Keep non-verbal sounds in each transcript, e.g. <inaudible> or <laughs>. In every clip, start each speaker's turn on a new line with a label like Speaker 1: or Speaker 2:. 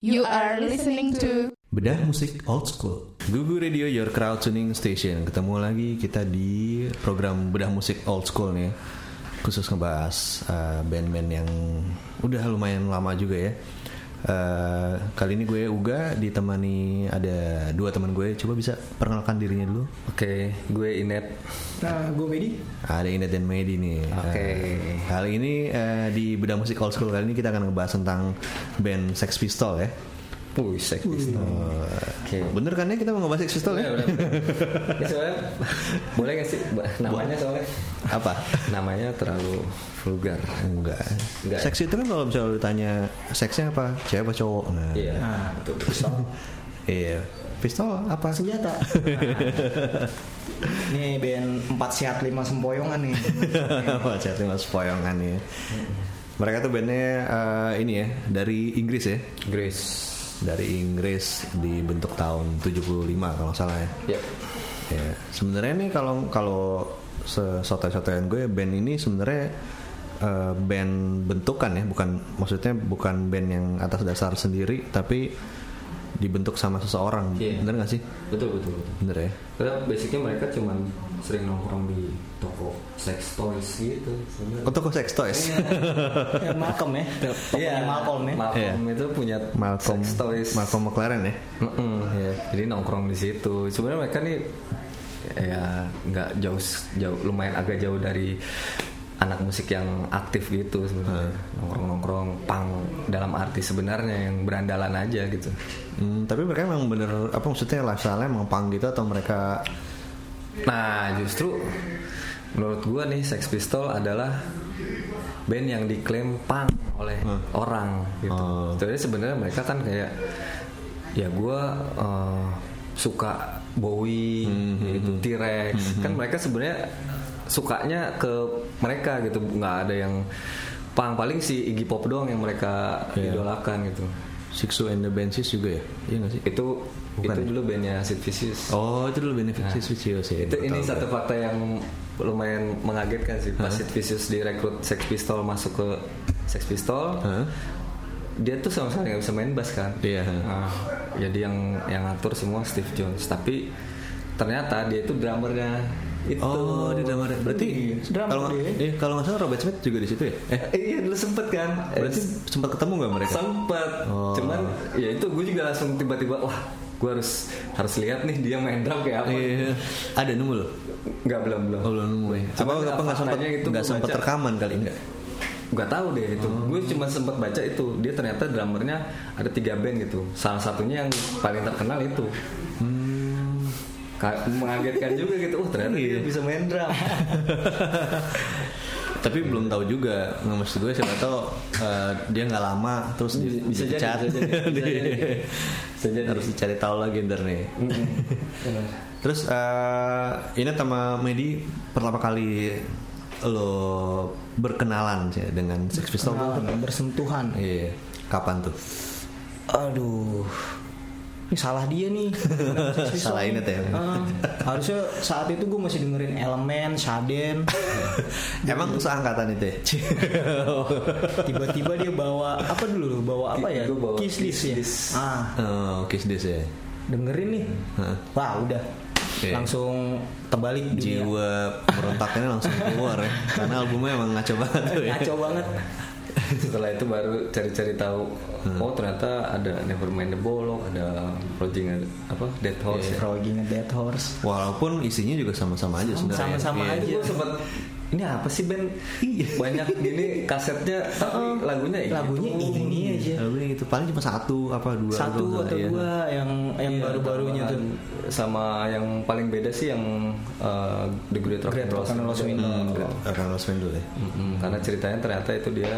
Speaker 1: You are listening to
Speaker 2: Bedah musik old school. Gugu Radio Your Crowd Tuning Station. Ketemu lagi kita di program Bedah musik old school nih. Khusus ngebahas eh, band-band yang udah lumayan lama juga ya. Eh, kali ini gue Uga ditemani ada dua teman gue. Coba bisa perkenalkan dirinya dulu.
Speaker 3: Oke, gue Inet.
Speaker 4: Nah, gue Medi.
Speaker 2: Ada Inet dan Medi nih.
Speaker 3: Oke.
Speaker 2: Eh, kali ini eh, di Bedah musik old school kali ini kita akan ngebahas tentang band Sex Pistol ya.
Speaker 3: Wih, Sex Pistol. Oke.
Speaker 2: Bener kan ya kita mau ngebahas Sex Pistol
Speaker 3: Ya,
Speaker 2: ya?
Speaker 3: <laughs> udah. Ya, soalnya boleh nggak sih Ba- namanya soalnya
Speaker 2: Apa?
Speaker 3: namanya terlalu vulgar.
Speaker 2: Enggak.
Speaker 3: Enggak ya?
Speaker 2: Seks itu kan kalau misalnya lu ditanya seksnya apa? Cewek apa cowok? Nah.
Speaker 3: Iya.
Speaker 4: Ah.
Speaker 3: Itu pistol.
Speaker 2: Iya. Pistol apa? <laughs>
Speaker 4: Senjata. Ini band 4 sehat 5 sempoyongan
Speaker 2: <laughs>
Speaker 4: nih.
Speaker 2: Wah, chatting mas poyongan ya. Mereka tuh bandnya eh, ini ya dari Inggris ya.
Speaker 3: Grace.
Speaker 2: Dari Inggris dibentuk tahun 75 kalau nggak salah ya.
Speaker 3: Ya.
Speaker 2: Ya, sebenarnya nih kalau kalau sotoy-sotoyan gue band ini sebenarnya eh, band bentukan ya, bukan maksudnya bukan band yang atas dasar sendiri tapi dibentuk sama seseorang.
Speaker 3: Iya.
Speaker 2: Bener gak sih?
Speaker 3: Betul, betul, betul.
Speaker 2: Bener ya.
Speaker 3: Karena basicnya mereka cuman sering nongkrong di toko sex toys gitu. sebenarnya.
Speaker 2: Untuk ke sex toys.
Speaker 3: Iya,
Speaker 4: ya, Malcolm ya. Iya, Malcolm ya.
Speaker 3: Malcolm itu punya
Speaker 2: Iya. Malcolm
Speaker 3: sex toys.
Speaker 2: Malcolm McLaren ya.
Speaker 3: Mm-mm, ya. Jadi nongkrong di situ. Sebenarnya mereka nih ya nggak jauh jauh lumayan agak jauh dari anak musik yang aktif gitu sebenarnya nongkrong nongkrong pang dalam arti sebenarnya yang berandalan aja gitu
Speaker 2: Hmm, tapi mereka emang bener apa maksudnya lifestyle-nya emang punk gitu atau mereka
Speaker 3: nah justru menurut gua nih Sex Pistol adalah band yang diklaim pang oleh orang gitu
Speaker 2: Oh.
Speaker 3: Jadi sebenarnya mereka kan kayak ya gua eh, suka Bowie
Speaker 2: Hmm,
Speaker 3: gitu, T-Rex. Kan mereka sebenarnya sukanya ke mereka gitu, nggak ada yang pang paling si Iggy Pop doang yang mereka
Speaker 2: Iya.
Speaker 3: idolakan gitu.
Speaker 2: Sixu and the Benzies juga ya? Iya gak sih?
Speaker 3: Itu
Speaker 2: Bukan
Speaker 3: itu
Speaker 2: ya?
Speaker 3: dulu bandnya Sid Vicious.
Speaker 2: Oh itu dulu benefit nah, ya.
Speaker 3: Itu ini
Speaker 2: Tahu
Speaker 3: satu fakta yang lumayan mengagetkan sih pas Sid Vicious direkrut Sex Pistol masuk ke Sex Pistol.
Speaker 2: Hah?
Speaker 3: Dia tuh sama sekali nggak bisa main bass kan.
Speaker 2: Iya.
Speaker 3: Nah, jadi yang yang ngatur semua Steve Jones. Tapi ternyata dia itu drummernya itu. Iya.
Speaker 2: Oh, di drama berarti
Speaker 4: drama
Speaker 2: kalau nggak- eh, kalau nggak salah Robert Smith juga di situ ya. Eh,
Speaker 3: ya? Eh, iya dulu sempet kan. Eh,
Speaker 2: berarti sempat ketemu nggak mereka?
Speaker 3: sempet.
Speaker 2: Oh.
Speaker 3: Cuman ya itu gue juga langsung tiba-tiba wah gue harus harus lihat nih dia main drum kayak apa.
Speaker 2: Iya, ada nemu loh.
Speaker 3: Nggak belum belum.
Speaker 2: Oh, belum nemu ya. Apa
Speaker 3: Cuman
Speaker 2: apa nggak sempat
Speaker 3: faktanya itu
Speaker 2: nggak
Speaker 3: gua
Speaker 2: sempat
Speaker 3: baca.
Speaker 2: rekaman kali enggak?
Speaker 3: Gak tahu deh itu. Gue cuma sempat baca itu. Dia ternyata drummernya ada tiga band gitu. Salah satunya yang paling terkenal itu. Ka- mengagetkan juga gitu. Oh ternyata dia bisa main drum.
Speaker 2: <laughs> Tapi belum tahu juga. Nggak maksud gue siapa tahu eh, dia nggak lama terus di,
Speaker 3: Bisa jadi,
Speaker 2: dipecat.
Speaker 3: bisa
Speaker 2: <laughs>
Speaker 3: jadi, bisa
Speaker 2: Di-
Speaker 3: jadi. Bisa jadi.
Speaker 2: Harus dicari tahu lagi ntar nih. <laughs> Terus eh, ini sama Medi pertama kali lo berkenalan sih dengan Sex Pistols.
Speaker 4: Pengalaman, bersentuhan.
Speaker 2: Iya. Kapan tuh?
Speaker 4: Aduh. Ini salah dia nih.
Speaker 2: Salah Inet ya.
Speaker 4: Ah, harusnya saat itu gue masih dengerin Elemen, Shaden.
Speaker 2: <laughs> Emang seangkatan itu ya?
Speaker 4: Tiba-tiba dia bawa apa dulu? Bawa apa ya?
Speaker 3: Gua bawa
Speaker 4: Kiss List
Speaker 3: Kiss
Speaker 4: ya.
Speaker 3: List.
Speaker 4: Ah,
Speaker 2: oh, kiss this ya.
Speaker 4: dengerin nih.
Speaker 2: Heeh.
Speaker 4: Wah, udah.
Speaker 2: Iya.
Speaker 4: Langsung terbalik dunia.
Speaker 2: Jiwa merontaknya langsung keluar ya. Karena albumnya emang ngaco banget tuh ya.
Speaker 4: Ngaco banget.
Speaker 3: Setelah itu baru cari-cari tahu. Oh ternyata ada Nevermind the Bolong, ada Roging apa Dead Horse. ya.
Speaker 4: Froggy nge Dead Horse.
Speaker 2: Walaupun isinya juga sama-sama aja sebenarnya.
Speaker 4: Sama-sama
Speaker 2: Iya.
Speaker 4: aja.
Speaker 3: Gue sempet ini apa sih band banyak gini kasetnya tapi lagunya iya. Oh, itu.
Speaker 4: Lagunya iya. ini ya. aja.
Speaker 2: Albumnya gitu paling cuma satu apa dua
Speaker 4: Satu
Speaker 2: kalau nggak
Speaker 4: atau
Speaker 2: salah, iya.
Speaker 4: dua yang yang
Speaker 3: Iya,
Speaker 4: baru-barunya tuh.
Speaker 3: tambahan. sama yang paling beda sih yang uh, The Great Rock
Speaker 4: Great
Speaker 3: and
Speaker 4: Rock and
Speaker 3: Roll
Speaker 4: Roll Swindle.
Speaker 3: Hmm, Great-
Speaker 2: Akan Los Wendel ya.
Speaker 3: Mm-mm, karena ceritanya ternyata itu dia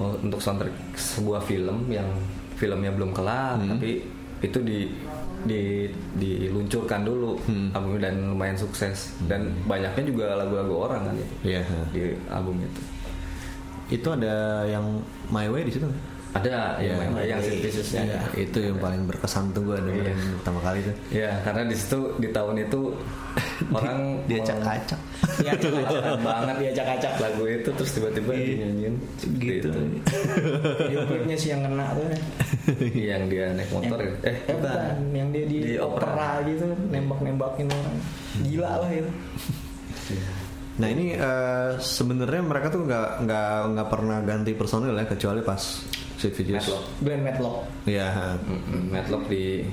Speaker 3: oh, untuk soundtrack sebuah film yang filmnya belum kelar tapi itu di di diluncurkan dulu album dan lumayan sukses dan banyaknya juga lagu-lagu orang kan itu
Speaker 2: Iya.
Speaker 3: di album itu
Speaker 2: Itu ada yang My Way di situ. nggak?
Speaker 3: ada
Speaker 2: Iya,
Speaker 3: yang yang sintisisnya
Speaker 2: Iya, Itu yang paling berkesan tuh gue dengerin pertama kali tuh. <laughs>
Speaker 3: Ya, karena di situ di tahun itu orang
Speaker 2: diacak-acak
Speaker 4: Iya, keren banget diajak-ajak
Speaker 3: lagu itu terus tiba-tiba dinyanyiin seperti
Speaker 2: Iya. gitu <laughs>
Speaker 3: itu.
Speaker 4: video klipnya sih yang kena tuh
Speaker 3: yang dia naik motor ya. eh
Speaker 4: Eh, bukan, yang dia di,
Speaker 3: Di opera.
Speaker 4: opera. gitu nembak-nembakin orang gila lah itu
Speaker 2: nah ini eh, sebenarnya mereka tuh nggak nggak nggak pernah ganti personil ya kecuali pas si Vicious
Speaker 3: Matlock.
Speaker 4: Glenn Matlock
Speaker 2: ya
Speaker 3: Mm-mm, Matlock di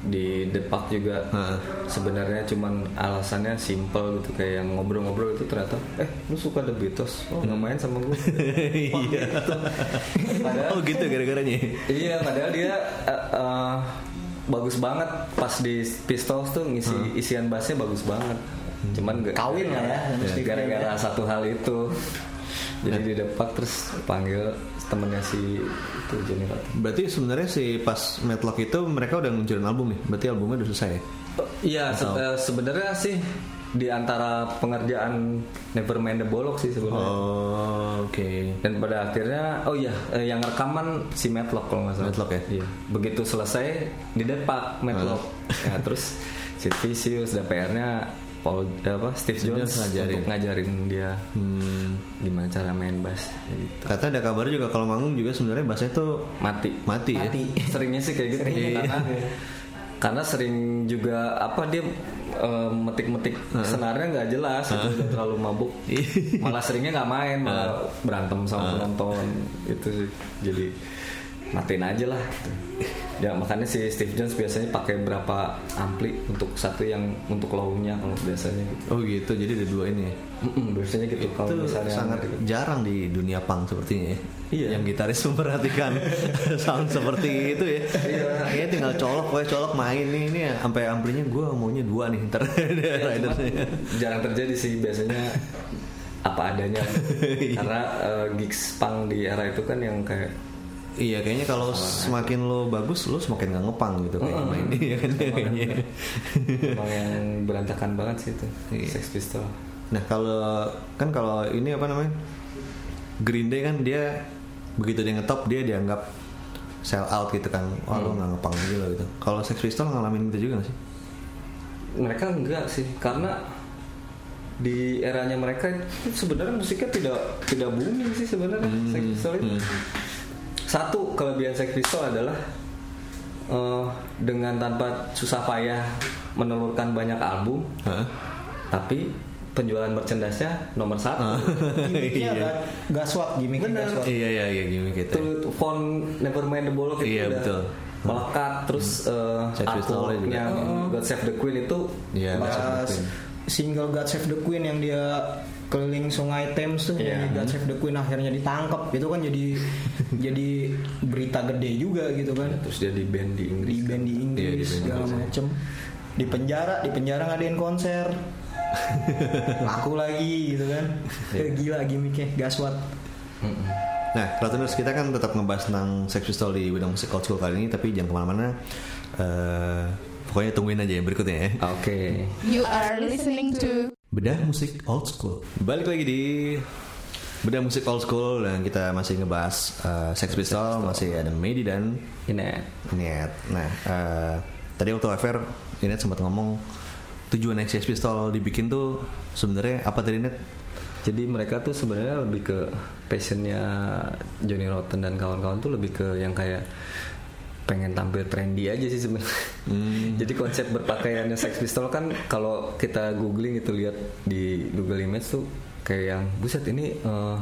Speaker 3: di depak juga
Speaker 2: Heeh.
Speaker 3: sebenarnya cuman alasannya simple gitu kayak yang ngobrol-ngobrol itu ternyata eh lu suka The Beatles oh nggak main sama gue
Speaker 2: <laughs> iya
Speaker 3: padahal
Speaker 2: oh gitu gara-garanya
Speaker 3: iya padahal dia eh, eh, bagus banget pas di Pistols tuh ngisi isian bassnya bagus banget cuman nggak- Iya,
Speaker 4: Kawin lah ya, sama Steve
Speaker 3: gara-gara
Speaker 4: Gadd
Speaker 3: satu hal itu jadi di depak terus panggil temennya si itu Johnny Rotten.
Speaker 2: berarti sebenarnya si pas Matlock itu mereka udah nguncurin album nih berarti albumnya udah selesai ya
Speaker 3: Iya, se- eh, sebenarnya sih di antara pengerjaan Nevermind the Bolok sih sebenarnya.
Speaker 2: oh oke
Speaker 3: Dan pada akhirnya, oh iya, eh, yang rekaman si Matlock kalau nggak salah.
Speaker 2: Matlock ya?
Speaker 3: Iya. Begitu selesai di Depak Matlock.
Speaker 2: Hmm.
Speaker 3: Ya, terus si Vicious dan PR-nya Paul eh, apa Steve
Speaker 2: Steve
Speaker 3: Jones
Speaker 2: Jones ngajarin.
Speaker 3: untuk ngajarin dia
Speaker 2: hmm.
Speaker 3: gimana cara main bass gitu.
Speaker 2: Kata ada kabar juga kalau manggung juga sebenarnya bassnya tuh
Speaker 3: Mati. <laughs>
Speaker 2: mati, ya.
Speaker 3: seringnya sih kayak gitu karena karena sering juga apa dia eh, metik-metik senarnya nggak jelas itu udah terlalu mabuk malah seringnya nggak main malah berantem sama penonton itu sih jadi matiin aja lah gitu. ya makanya si Steve Jones biasanya pakai berapa ampli untuk satu yang untuk lownya kalau biasanya gitu
Speaker 2: Oh gitu, jadi ada dua ini. ya.
Speaker 3: Mm-mm, biasanya gitu kalau
Speaker 2: Itu
Speaker 3: misalnya gitu.
Speaker 2: sangat jarang di dunia punk sepertinya. ya.
Speaker 3: Iya.
Speaker 2: Yang gitaris
Speaker 3: <laughs>
Speaker 2: memperhatikan sound seperti itu ya.
Speaker 3: Iya.
Speaker 2: Kayaknya tinggal colok, pokoknya colok main nih ini ya. Sampai amplinya gue maunya dua nih
Speaker 3: Iya,
Speaker 2: ntar <laughs> ada ridersnya.
Speaker 3: jarang terjadi sih biasanya apa adanya karena eh, gigs punk di era itu kan yang kayak
Speaker 2: Iya kayaknya kalau semakin lo bagus lo semakin nggak ngepang gitu kayak main Iya kan kayaknya.
Speaker 3: emang yang berantakan banget sih itu Sex Pistol
Speaker 2: Nah kalau kan kalau ini apa namanya Green Day kan dia begitu dia ngetop dia dianggap sell out gitu kan, wah lo nggak ngepang gitu loh gitu. Kalau Sex Pistols ngalamin gitu juga gak sih?
Speaker 3: mereka enggak sih karena di eranya mereka itu sebenarnya musiknya tidak tidak booming sih sebenarnya
Speaker 2: Hmm,
Speaker 3: Sex Pistol itu satu kelebihan Sex Pistol adalah eh, dengan tanpa susah payah menelurkan banyak album
Speaker 2: Hah?
Speaker 3: tapi penjualan merchandise-nya nomor
Speaker 2: Ah.
Speaker 3: satu
Speaker 4: gimmicknya
Speaker 2: Iya.
Speaker 4: agak gaswat gimmicknya
Speaker 3: Bener.
Speaker 4: gaswat
Speaker 2: Iya iya iya gimmick gitu. ya.
Speaker 3: <laughs> itu font Nevermind the Bollock itu
Speaker 2: Iya,
Speaker 3: udah
Speaker 2: betul.
Speaker 3: melekat terus eh,
Speaker 2: Sex Pistol
Speaker 3: artworknya
Speaker 2: juga.
Speaker 3: God Save the Queen itu
Speaker 2: Iya.
Speaker 3: banyak.
Speaker 2: Save the
Speaker 4: Pas
Speaker 2: Queen.
Speaker 4: single God Save the Queen yang dia keliling sungai Thames tuh
Speaker 3: Iya.
Speaker 4: yang God Save the Queen akhirnya ditangkap itu kan
Speaker 2: <laughs>
Speaker 4: jadi jadi berita gede juga gitu kan
Speaker 3: terus dia di band di Inggris
Speaker 4: di band di
Speaker 2: Iya, di
Speaker 4: Inggris
Speaker 2: band
Speaker 4: segala
Speaker 2: Inggris.
Speaker 4: macem di penjara di penjara ngadain
Speaker 2: <laughs>
Speaker 4: konser laku lagi gitu kan
Speaker 2: Iya.
Speaker 4: Eh, gila gimmicknya gaswat
Speaker 3: Mm-mm.
Speaker 2: Nah, Platoners kita kan tetap ngebahas tentang Sex Pistol di bidang musik old school kali ini, tapi jangan kemana-mana. Eh, pokoknya tungguin aja yang berikutnya ya.
Speaker 3: oke
Speaker 1: You are listening to
Speaker 2: Bedah musik old school. Balik lagi di bedah musik old school dan kita masih ngebahas eh, Sex Pistol, masih ada Medi dan
Speaker 3: ini
Speaker 2: Niat. Nah, eh, tadi waktu affair Niat sempat ngomong tujuan Sex Pistol dibikin tuh sebenarnya apa tadi Niat?
Speaker 3: jadi mereka tuh sebenarnya lebih ke passionnya Johnny Rotten dan kawan-kawan tuh lebih ke yang kayak pengen tampil trendy aja sih sebenarnya.
Speaker 4: Hmm.
Speaker 3: <laughs> Jadi konsep berpakaiannya Sex Pistol kan kalau kita googling itu lihat di Google Image tuh kayak yang buset ini eh,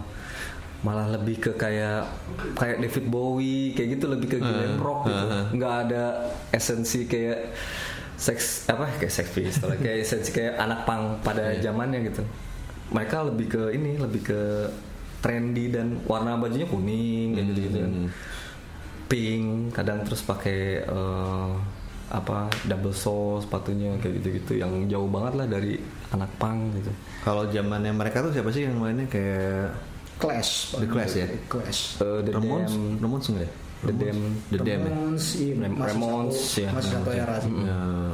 Speaker 3: malah lebih ke kayak kayak David Bowie kayak gitu lebih ke glam
Speaker 4: Hmm.
Speaker 3: rock gitu. Nggak ada esensi kayak seks apa kayak Sex Pistol
Speaker 2: <laughs>
Speaker 3: kayak esensi kayak anak pang pada
Speaker 2: Iya.
Speaker 3: zamannya gitu mereka lebih ke ini lebih ke trendy dan warna bajunya kuning kayak gitu gitu kan
Speaker 2: Hmm.
Speaker 3: pink kadang terus pakai eh, apa double sole sepatunya kayak gitu gitu yang jauh banget lah dari anak pang gitu
Speaker 2: Kalau zamannya mereka tuh siapa sih yang mainnya kayak
Speaker 4: clash
Speaker 2: The Clash ya?
Speaker 4: clash
Speaker 3: Eh, The
Speaker 2: Ramones?
Speaker 3: Dam-
Speaker 2: Ramones enggak ya?
Speaker 3: The Dam.
Speaker 2: The Dam ya? iya.
Speaker 4: Ramones, iya,
Speaker 3: Ram-
Speaker 4: masih
Speaker 3: Ramones,
Speaker 4: satu-
Speaker 3: ya.
Speaker 4: masih satu era sih.
Speaker 2: Nah,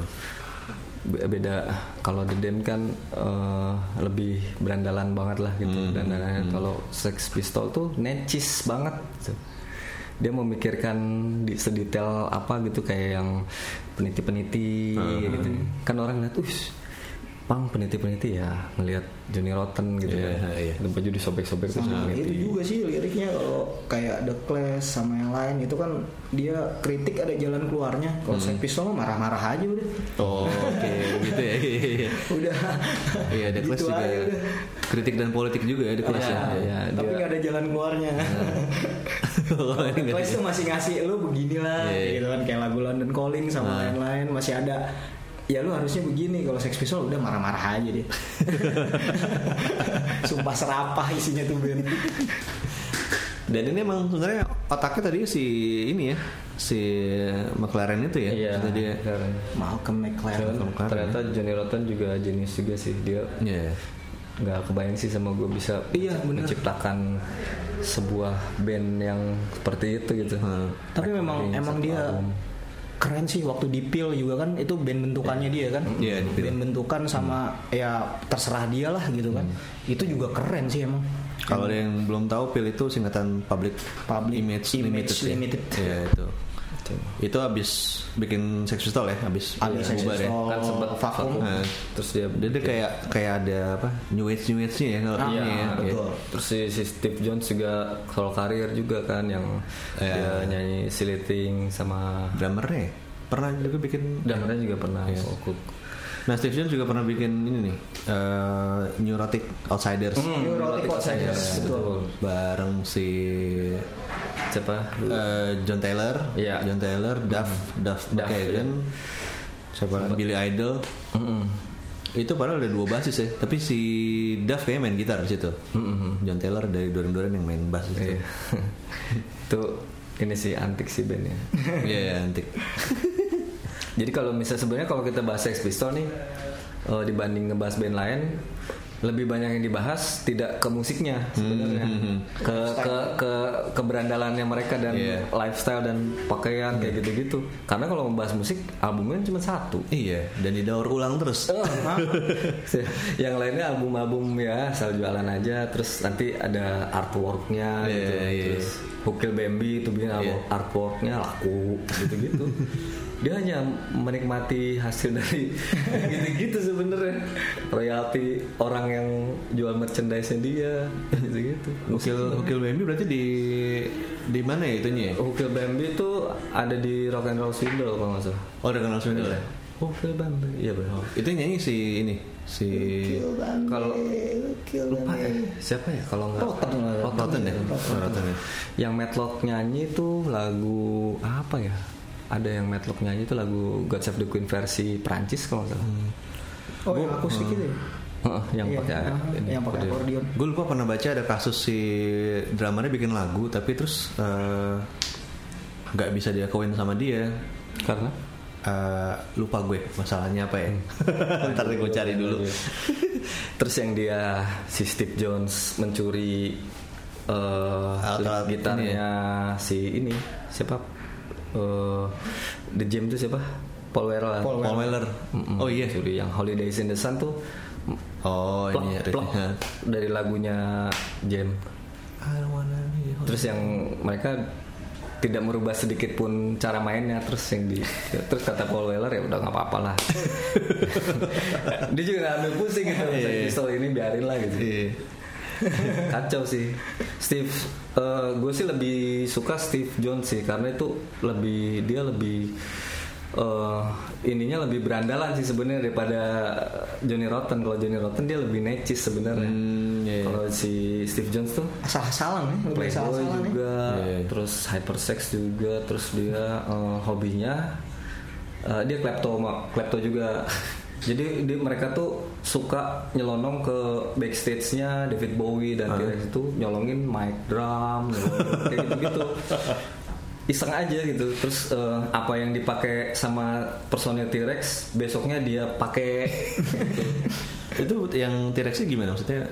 Speaker 3: Be- beda kalau The Dem kan eh, lebih berandalan banget lah gitu
Speaker 2: Hmm.
Speaker 3: berandalannya kalau Sex Pistol tuh necis banget gitu. dia memikirkan di sedetail
Speaker 2: Hmm.
Speaker 3: apa gitu kayak yang peniti-peniti gitu kan orang lihat "Wih, pang peneliti-peneliti ya ngelihat Johnny Rotten gitu
Speaker 2: Iya,
Speaker 3: ya.
Speaker 2: iya.
Speaker 3: Dan baju disobek-sobek terus
Speaker 4: Nah, itu
Speaker 3: peneliti.
Speaker 4: juga sih liriknya kalau kayak The Clash sama yang lain itu kan dia kritik ada jalan keluarnya. Kalau
Speaker 2: Hmm.
Speaker 4: Sex Pistols mah marah-marah aja udah.
Speaker 2: Oh, oke gitu ya.
Speaker 4: Udah.
Speaker 2: Iya, The Clash
Speaker 4: Gitu
Speaker 2: juga
Speaker 4: aja udah.
Speaker 2: kritik dan politik juga ya The Clash ya. Iya,
Speaker 4: Tapi
Speaker 2: dia- Nah.
Speaker 4: nggak ada jalan keluarnya.
Speaker 2: <laughs>
Speaker 4: <laughs>
Speaker 2: Oh, ini
Speaker 4: The
Speaker 2: nggak
Speaker 4: Clash tuh masih ngasih lu
Speaker 2: Iya,
Speaker 4: beginilah
Speaker 2: iya.
Speaker 4: gitu kan kayak lagu London Calling sama
Speaker 2: Nah.
Speaker 4: lain-lain masih ada ya lu harusnya begini kalau Sex Pistols udah marah-marah aja
Speaker 2: <laughs>
Speaker 4: dia. Sumpah serapah isinya tuh Ben.
Speaker 2: Dan ini emang sebenarnya otaknya tadi si ini ya, si McLaren itu ya.
Speaker 4: Iya.
Speaker 2: Maksudnya dia.
Speaker 3: McLaren.
Speaker 4: Malcolm McLaren.
Speaker 2: Malcolm McLaren,
Speaker 3: Iya. Ternyata Johnny Rotten juga jenis juga sih dia
Speaker 2: Iya.
Speaker 3: nggak kebayang sih sama gue bisa
Speaker 2: Iya, bener.
Speaker 3: menciptakan sebuah band yang seperti itu gitu.
Speaker 2: Hmm.
Speaker 4: Tapi
Speaker 3: Recording
Speaker 4: memang emang
Speaker 3: satu
Speaker 4: dia
Speaker 3: album.
Speaker 4: keren sih waktu dipil juga kan itu band bentukannya dia kan.
Speaker 2: Iya, di Pil.
Speaker 4: band bentukan sama ya terserah dia lah gitu kan. Itu juga keren sih emang.
Speaker 2: Kalau ada yang belum tahu PIL itu singkatan Public,
Speaker 4: Public
Speaker 2: Image, Limited.
Speaker 4: Image
Speaker 2: ya.
Speaker 4: Limited.
Speaker 2: Iya, itu. Itu abis bikin Sex Pistol ya, abis,
Speaker 4: Abis Sex
Speaker 2: bubar ya.
Speaker 4: Pistol.
Speaker 3: kan sempat
Speaker 4: Oh, vakum.
Speaker 2: Nah,
Speaker 3: terus dia Iya,
Speaker 2: Jadi dia kayak kayak ada apa new age new age nya ya kalau
Speaker 4: Ah,
Speaker 2: ini ya.
Speaker 4: betul.
Speaker 3: iya. Terus si, si Steve Jones juga solo karir juga kan yang
Speaker 2: Iya.
Speaker 3: dia nyanyi Siliting sama
Speaker 2: Drummer ya. Pernah juga bikin
Speaker 3: drummernya juga pernah
Speaker 2: Iya.
Speaker 3: Soul Cook.
Speaker 2: Nah Steve Jones juga pernah bikin ini nih eh, Neurotic Outsiders
Speaker 4: Neurotic Outsiders,
Speaker 3: Outsiders,
Speaker 4: betul.
Speaker 3: betul.
Speaker 2: bareng si
Speaker 3: Siapa?
Speaker 2: eh, John Taylor,
Speaker 3: Iya. Mm-hmm.
Speaker 2: John Taylor, Duff, Duff
Speaker 3: Duff, iya.
Speaker 2: McKagan, siapa lagi? Billy Idol.
Speaker 3: Mm-hmm.
Speaker 2: Itu padahal ada dua basis ya, tapi si Duff kayaknya main gitar di situ. John Taylor dari Doren-Doren yang main bass di situ.
Speaker 3: Mm-hmm. Iya. itu ini sih antik sih bandnya.
Speaker 2: <laughs> Iya, antik.
Speaker 3: Jadi kalau misalnya sebenarnya kalau kita bahas Sex Pistol nih eh, dibanding ngebahas band lain lebih banyak yang dibahas tidak ke musiknya sebenarnya ke ke ke keberandalannya mereka dan
Speaker 2: Iya.
Speaker 3: lifestyle dan pakaian kayak gitu-gitu. Karena kalau membahas musik albumnya cuma satu.
Speaker 2: Iya, dan didaur ulang terus.
Speaker 3: Oh. <laughs> yang lainnya album-album ya asal jualan aja terus nanti ada artworknya
Speaker 2: Iya,
Speaker 3: gitu
Speaker 2: iya.
Speaker 3: terus Hukil Bambi itu bikin album artworknya laku <laughs> gitu-gitu dia hanya menikmati hasil dari <laughs> gitu-gitu sebenarnya royalti orang yang jual merchandise dia <laughs> gitu-gitu
Speaker 2: Ukil Ukil WMB berarti di di mana ya itunya ya?
Speaker 3: Hukil Bambi itu ada di Rock and Roll Swindle kalau nggak salah
Speaker 2: Oh, udah kenal Swindle
Speaker 3: Iya.
Speaker 2: ya?
Speaker 3: Hukil Bambi iya benar
Speaker 2: Itu yang nyanyi si ini si
Speaker 3: kalau lupa ya siapa ya kalau nggak
Speaker 4: Rotten lah.
Speaker 2: Rotten ya? Oh, Rotten ya.
Speaker 3: yang Matlock nyanyi tuh lagu apa ya ada yang Matlock nyanyi tuh lagu God Save the Queen versi Prancis kalau nggak salah
Speaker 4: Oh, yang akustik itu ya?
Speaker 3: Heeh, yang
Speaker 4: Iya,
Speaker 3: pakai
Speaker 4: ah,
Speaker 3: ini,
Speaker 4: yang pakai
Speaker 3: kode.
Speaker 4: akordeon.
Speaker 2: Gue lupa pernah baca ada kasus si drummernya bikin lagu tapi terus eh, nggak bisa diakuin sama dia.
Speaker 3: karena <laughs>
Speaker 2: Eh, lupa gue masalahnya apa ya? Ntar gue cari dulu.
Speaker 3: Iya. terus yang dia si Steve Jones mencuri eh
Speaker 2: Alat-alat ya?
Speaker 3: gitarnya si ini siapa Eh, The Jam itu siapa Paul Weller
Speaker 2: Paul Weller.
Speaker 3: Mm-mm.
Speaker 2: Oh iya.
Speaker 3: Jadi yang Holidays in the Sun tuh
Speaker 2: Oh
Speaker 3: plok,
Speaker 2: ini ya.
Speaker 3: plok dari lagunya Jam.
Speaker 2: I don't wanna be your-
Speaker 3: Terus yang mereka tidak merubah sedikit pun cara mainnya terus yang di terus kata Paul Weller ya udah nggak apa-apa lah <laughs> dia juga nggak ambil pusing gitu
Speaker 2: Iya, iya.
Speaker 3: pistol ini biarin lah gitu
Speaker 2: Iya.
Speaker 3: <laughs> kacau sih Steve gue sih lebih suka Steve Jones sih karena itu lebih dia lebih eh, ininya lebih berandalan sih sebenarnya daripada Johnny Rotten kalau Johnny Rotten dia lebih necis sebenarnya
Speaker 2: Hmm, iya, iya.
Speaker 3: kalau si Steve Jones tuh
Speaker 4: Asal-asalan ya, lebih
Speaker 3: Playboy
Speaker 4: asal-asalan ya.
Speaker 3: juga,
Speaker 2: Iya.
Speaker 3: terus hypersex juga, terus dia eh, hobinya eh, dia klepto klepto juga. <laughs> Jadi dia- mereka tuh suka nyelonong ke backstage-nya David Bowie
Speaker 2: Ah.
Speaker 3: dan T-Rex itu nyolongin mic drum nyolongin kayak
Speaker 2: <laughs>
Speaker 3: gitu-gitu. Iseng aja gitu. Terus eh, apa yang dipakai sama personil T-Rex besoknya dia pakai <laughs>
Speaker 2: Itu Iya. yang T-Rexnya gimana maksudnya?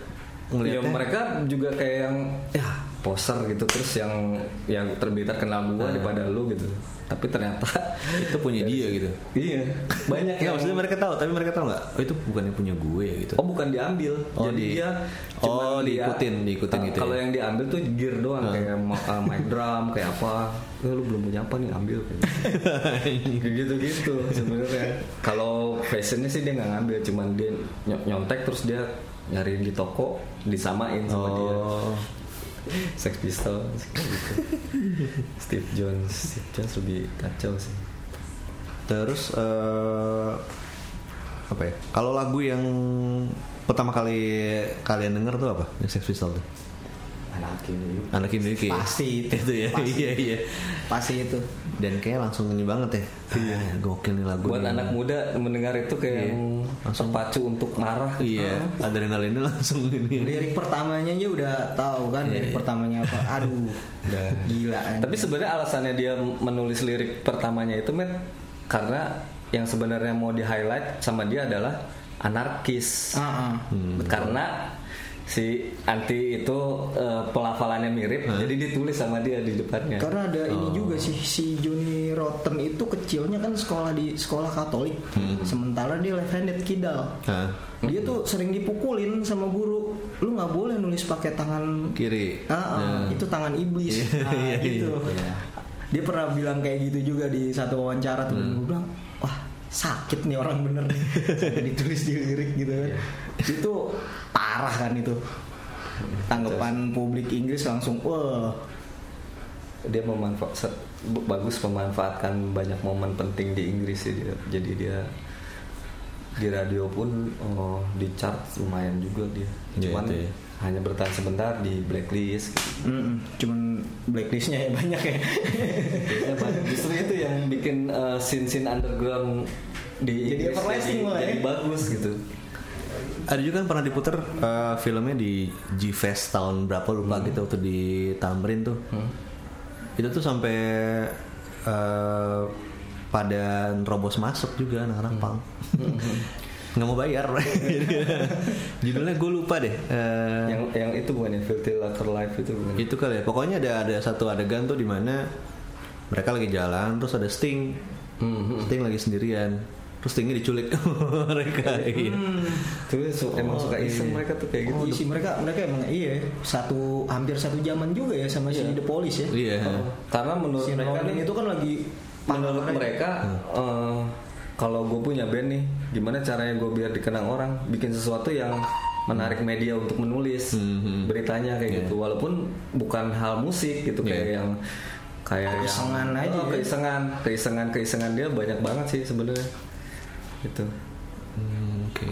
Speaker 3: Ya,
Speaker 2: Ngeliatnya?
Speaker 3: mereka juga kayak yang ya poser gitu terus yang yang terbitar kenal gua daripada lu gitu tapi ternyata <laughs>
Speaker 2: itu punya dia gitu
Speaker 3: iya banyak
Speaker 2: Nggak,
Speaker 3: yang
Speaker 2: maksudnya mereka tahu tapi mereka tahu nggak oh, itu bukannya punya gue ya gitu
Speaker 3: oh bukan diambil
Speaker 2: Oh,
Speaker 3: jadi
Speaker 2: di-
Speaker 3: dia
Speaker 2: oh,
Speaker 3: cuman dia-
Speaker 2: diikutin, diikutin
Speaker 3: Ah,
Speaker 2: gitu
Speaker 3: kalau
Speaker 2: ya.
Speaker 3: yang diambil tuh gear doang kayak ma- ah, mic drum kayak apa Eh, lu belum punya apa nih ambil gitu gitu sebenarnya kalau fashionnya sih dia nggak ngambil cuman dia ny- nyontek terus dia nyariin di toko disamain sama dia
Speaker 2: oh
Speaker 3: Sex Pistol
Speaker 2: <laughs>
Speaker 3: gitu. Steve Jones Steve Jones lebih kacau sih
Speaker 2: terus eh, apa ya kalau lagu yang pertama kali kalian denger tuh apa yang Sex Pistols tuh
Speaker 4: anak ini
Speaker 2: anak Indonesia ya?
Speaker 4: Pasti itu.
Speaker 2: itu ya
Speaker 4: Pasti.
Speaker 2: iya iya
Speaker 4: pasti itu
Speaker 2: dan kayak langsung ini banget ya Ah, gokil nih lagu
Speaker 3: buat
Speaker 2: nih.
Speaker 3: anak muda mendengar itu kayak yang
Speaker 2: Iya. Langsung.
Speaker 3: terpacu untuk marah
Speaker 2: iya adrenalinnya langsung ini
Speaker 4: lirik pertamanya aja udah tahu kan lirik pertamanya apa aduh gila kan.
Speaker 3: Ah. Tapi sebenarnya alasannya dia menulis lirik pertamanya itu met karena yang sebenarnya mau di highlight sama dia adalah anarkis.
Speaker 4: Ah, ah.
Speaker 2: Hmm,
Speaker 3: Karena si anti itu eh, pelafalannya mirip, jadi ditulis sama dia di
Speaker 2: Ya.
Speaker 3: depannya.
Speaker 4: Karena ada ini
Speaker 2: Oh.
Speaker 4: juga sih si Johnny Rotten itu kecilnya kan sekolah di sekolah Katolik,
Speaker 2: Hmm.
Speaker 4: sementara dia left handed kidal.
Speaker 2: Hah?
Speaker 4: Dia tuh sering dipukulin sama guru. Lu nggak boleh nulis pakai tangan
Speaker 2: kiri Nah.
Speaker 4: Ah, ah, itu tangan iblis. Nah,
Speaker 2: Ya. Iya, iya,
Speaker 4: gitu. Dia pernah bilang kayak gitu juga di satu wawancara
Speaker 2: Hmm.
Speaker 4: tuh gue bilang, "Wah, sakit nih orang bener
Speaker 2: <laughs>
Speaker 4: nih." Sampai ditulis di lirik gitu
Speaker 2: Iya.
Speaker 4: kan. itu parah kan itu. Tanggapan publik Inggris langsung, "Wah,
Speaker 3: Dia memanfaatkan bagus memanfaatkan banyak momen penting di Inggris sih dia. Jadi dia di radio pun oh, di chart lumayan juga dia.
Speaker 2: Iya,
Speaker 3: Cuman
Speaker 2: itu ya.
Speaker 3: hanya bertahan sebentar di blacklist
Speaker 4: mm-mm, cuman blacklistnya ya <laughs> banyak ya." Oh,
Speaker 3: Biasanya Iya, banyak. <laughs> Justru itu yang bikin uh, scene-scene underground di
Speaker 4: Jadi
Speaker 3: Inggris
Speaker 4: everlasting
Speaker 3: jadi,
Speaker 4: malah ya.
Speaker 3: jadi bagus gitu.
Speaker 2: ada juga kan pernah diputer eh, filmnya di G Fest tahun berapa lupa gitu waktu di Tamrin tuh itu tuh sampai eh, pada nerobos masuk juga anak-anak pang nggak mau bayar judulnya gue lupa deh Eh,
Speaker 3: Yang yang itu bukan yang Filthy Latter Life itu bukan.
Speaker 2: itu kali ya pokoknya ada ada satu adegan tuh dimana mereka lagi jalan terus ada Sting Sting lagi sendirian terus Stingnya diculik <laughs> mereka iya.
Speaker 3: Itu su- emang
Speaker 2: oh,
Speaker 3: suka iseng mereka tuh kayak gitu.
Speaker 4: Oh, isi mereka mereka emang iya satu hampir satu zaman juga ya sama si The Police ya.
Speaker 2: iya
Speaker 3: Karena menurut
Speaker 4: Si
Speaker 3: mereka
Speaker 4: Rolling
Speaker 3: nih,
Speaker 4: itu kan lagi
Speaker 3: menurut mereka eh, kalau gue punya band nih, gimana caranya gue biar dikenang orang? Bikin sesuatu yang menarik
Speaker 4: Hmm.
Speaker 3: media untuk menulis beritanya
Speaker 4: Iya.
Speaker 3: kayak gitu. Walaupun bukan hal musik gitu kayak yang kayak yang-
Speaker 4: Keisengan aja
Speaker 3: Oh,
Speaker 4: ya.
Speaker 3: keisengan, keisengan, keisengan dia banyak banget sih sebenarnya. Gitu.
Speaker 2: Hmm, oke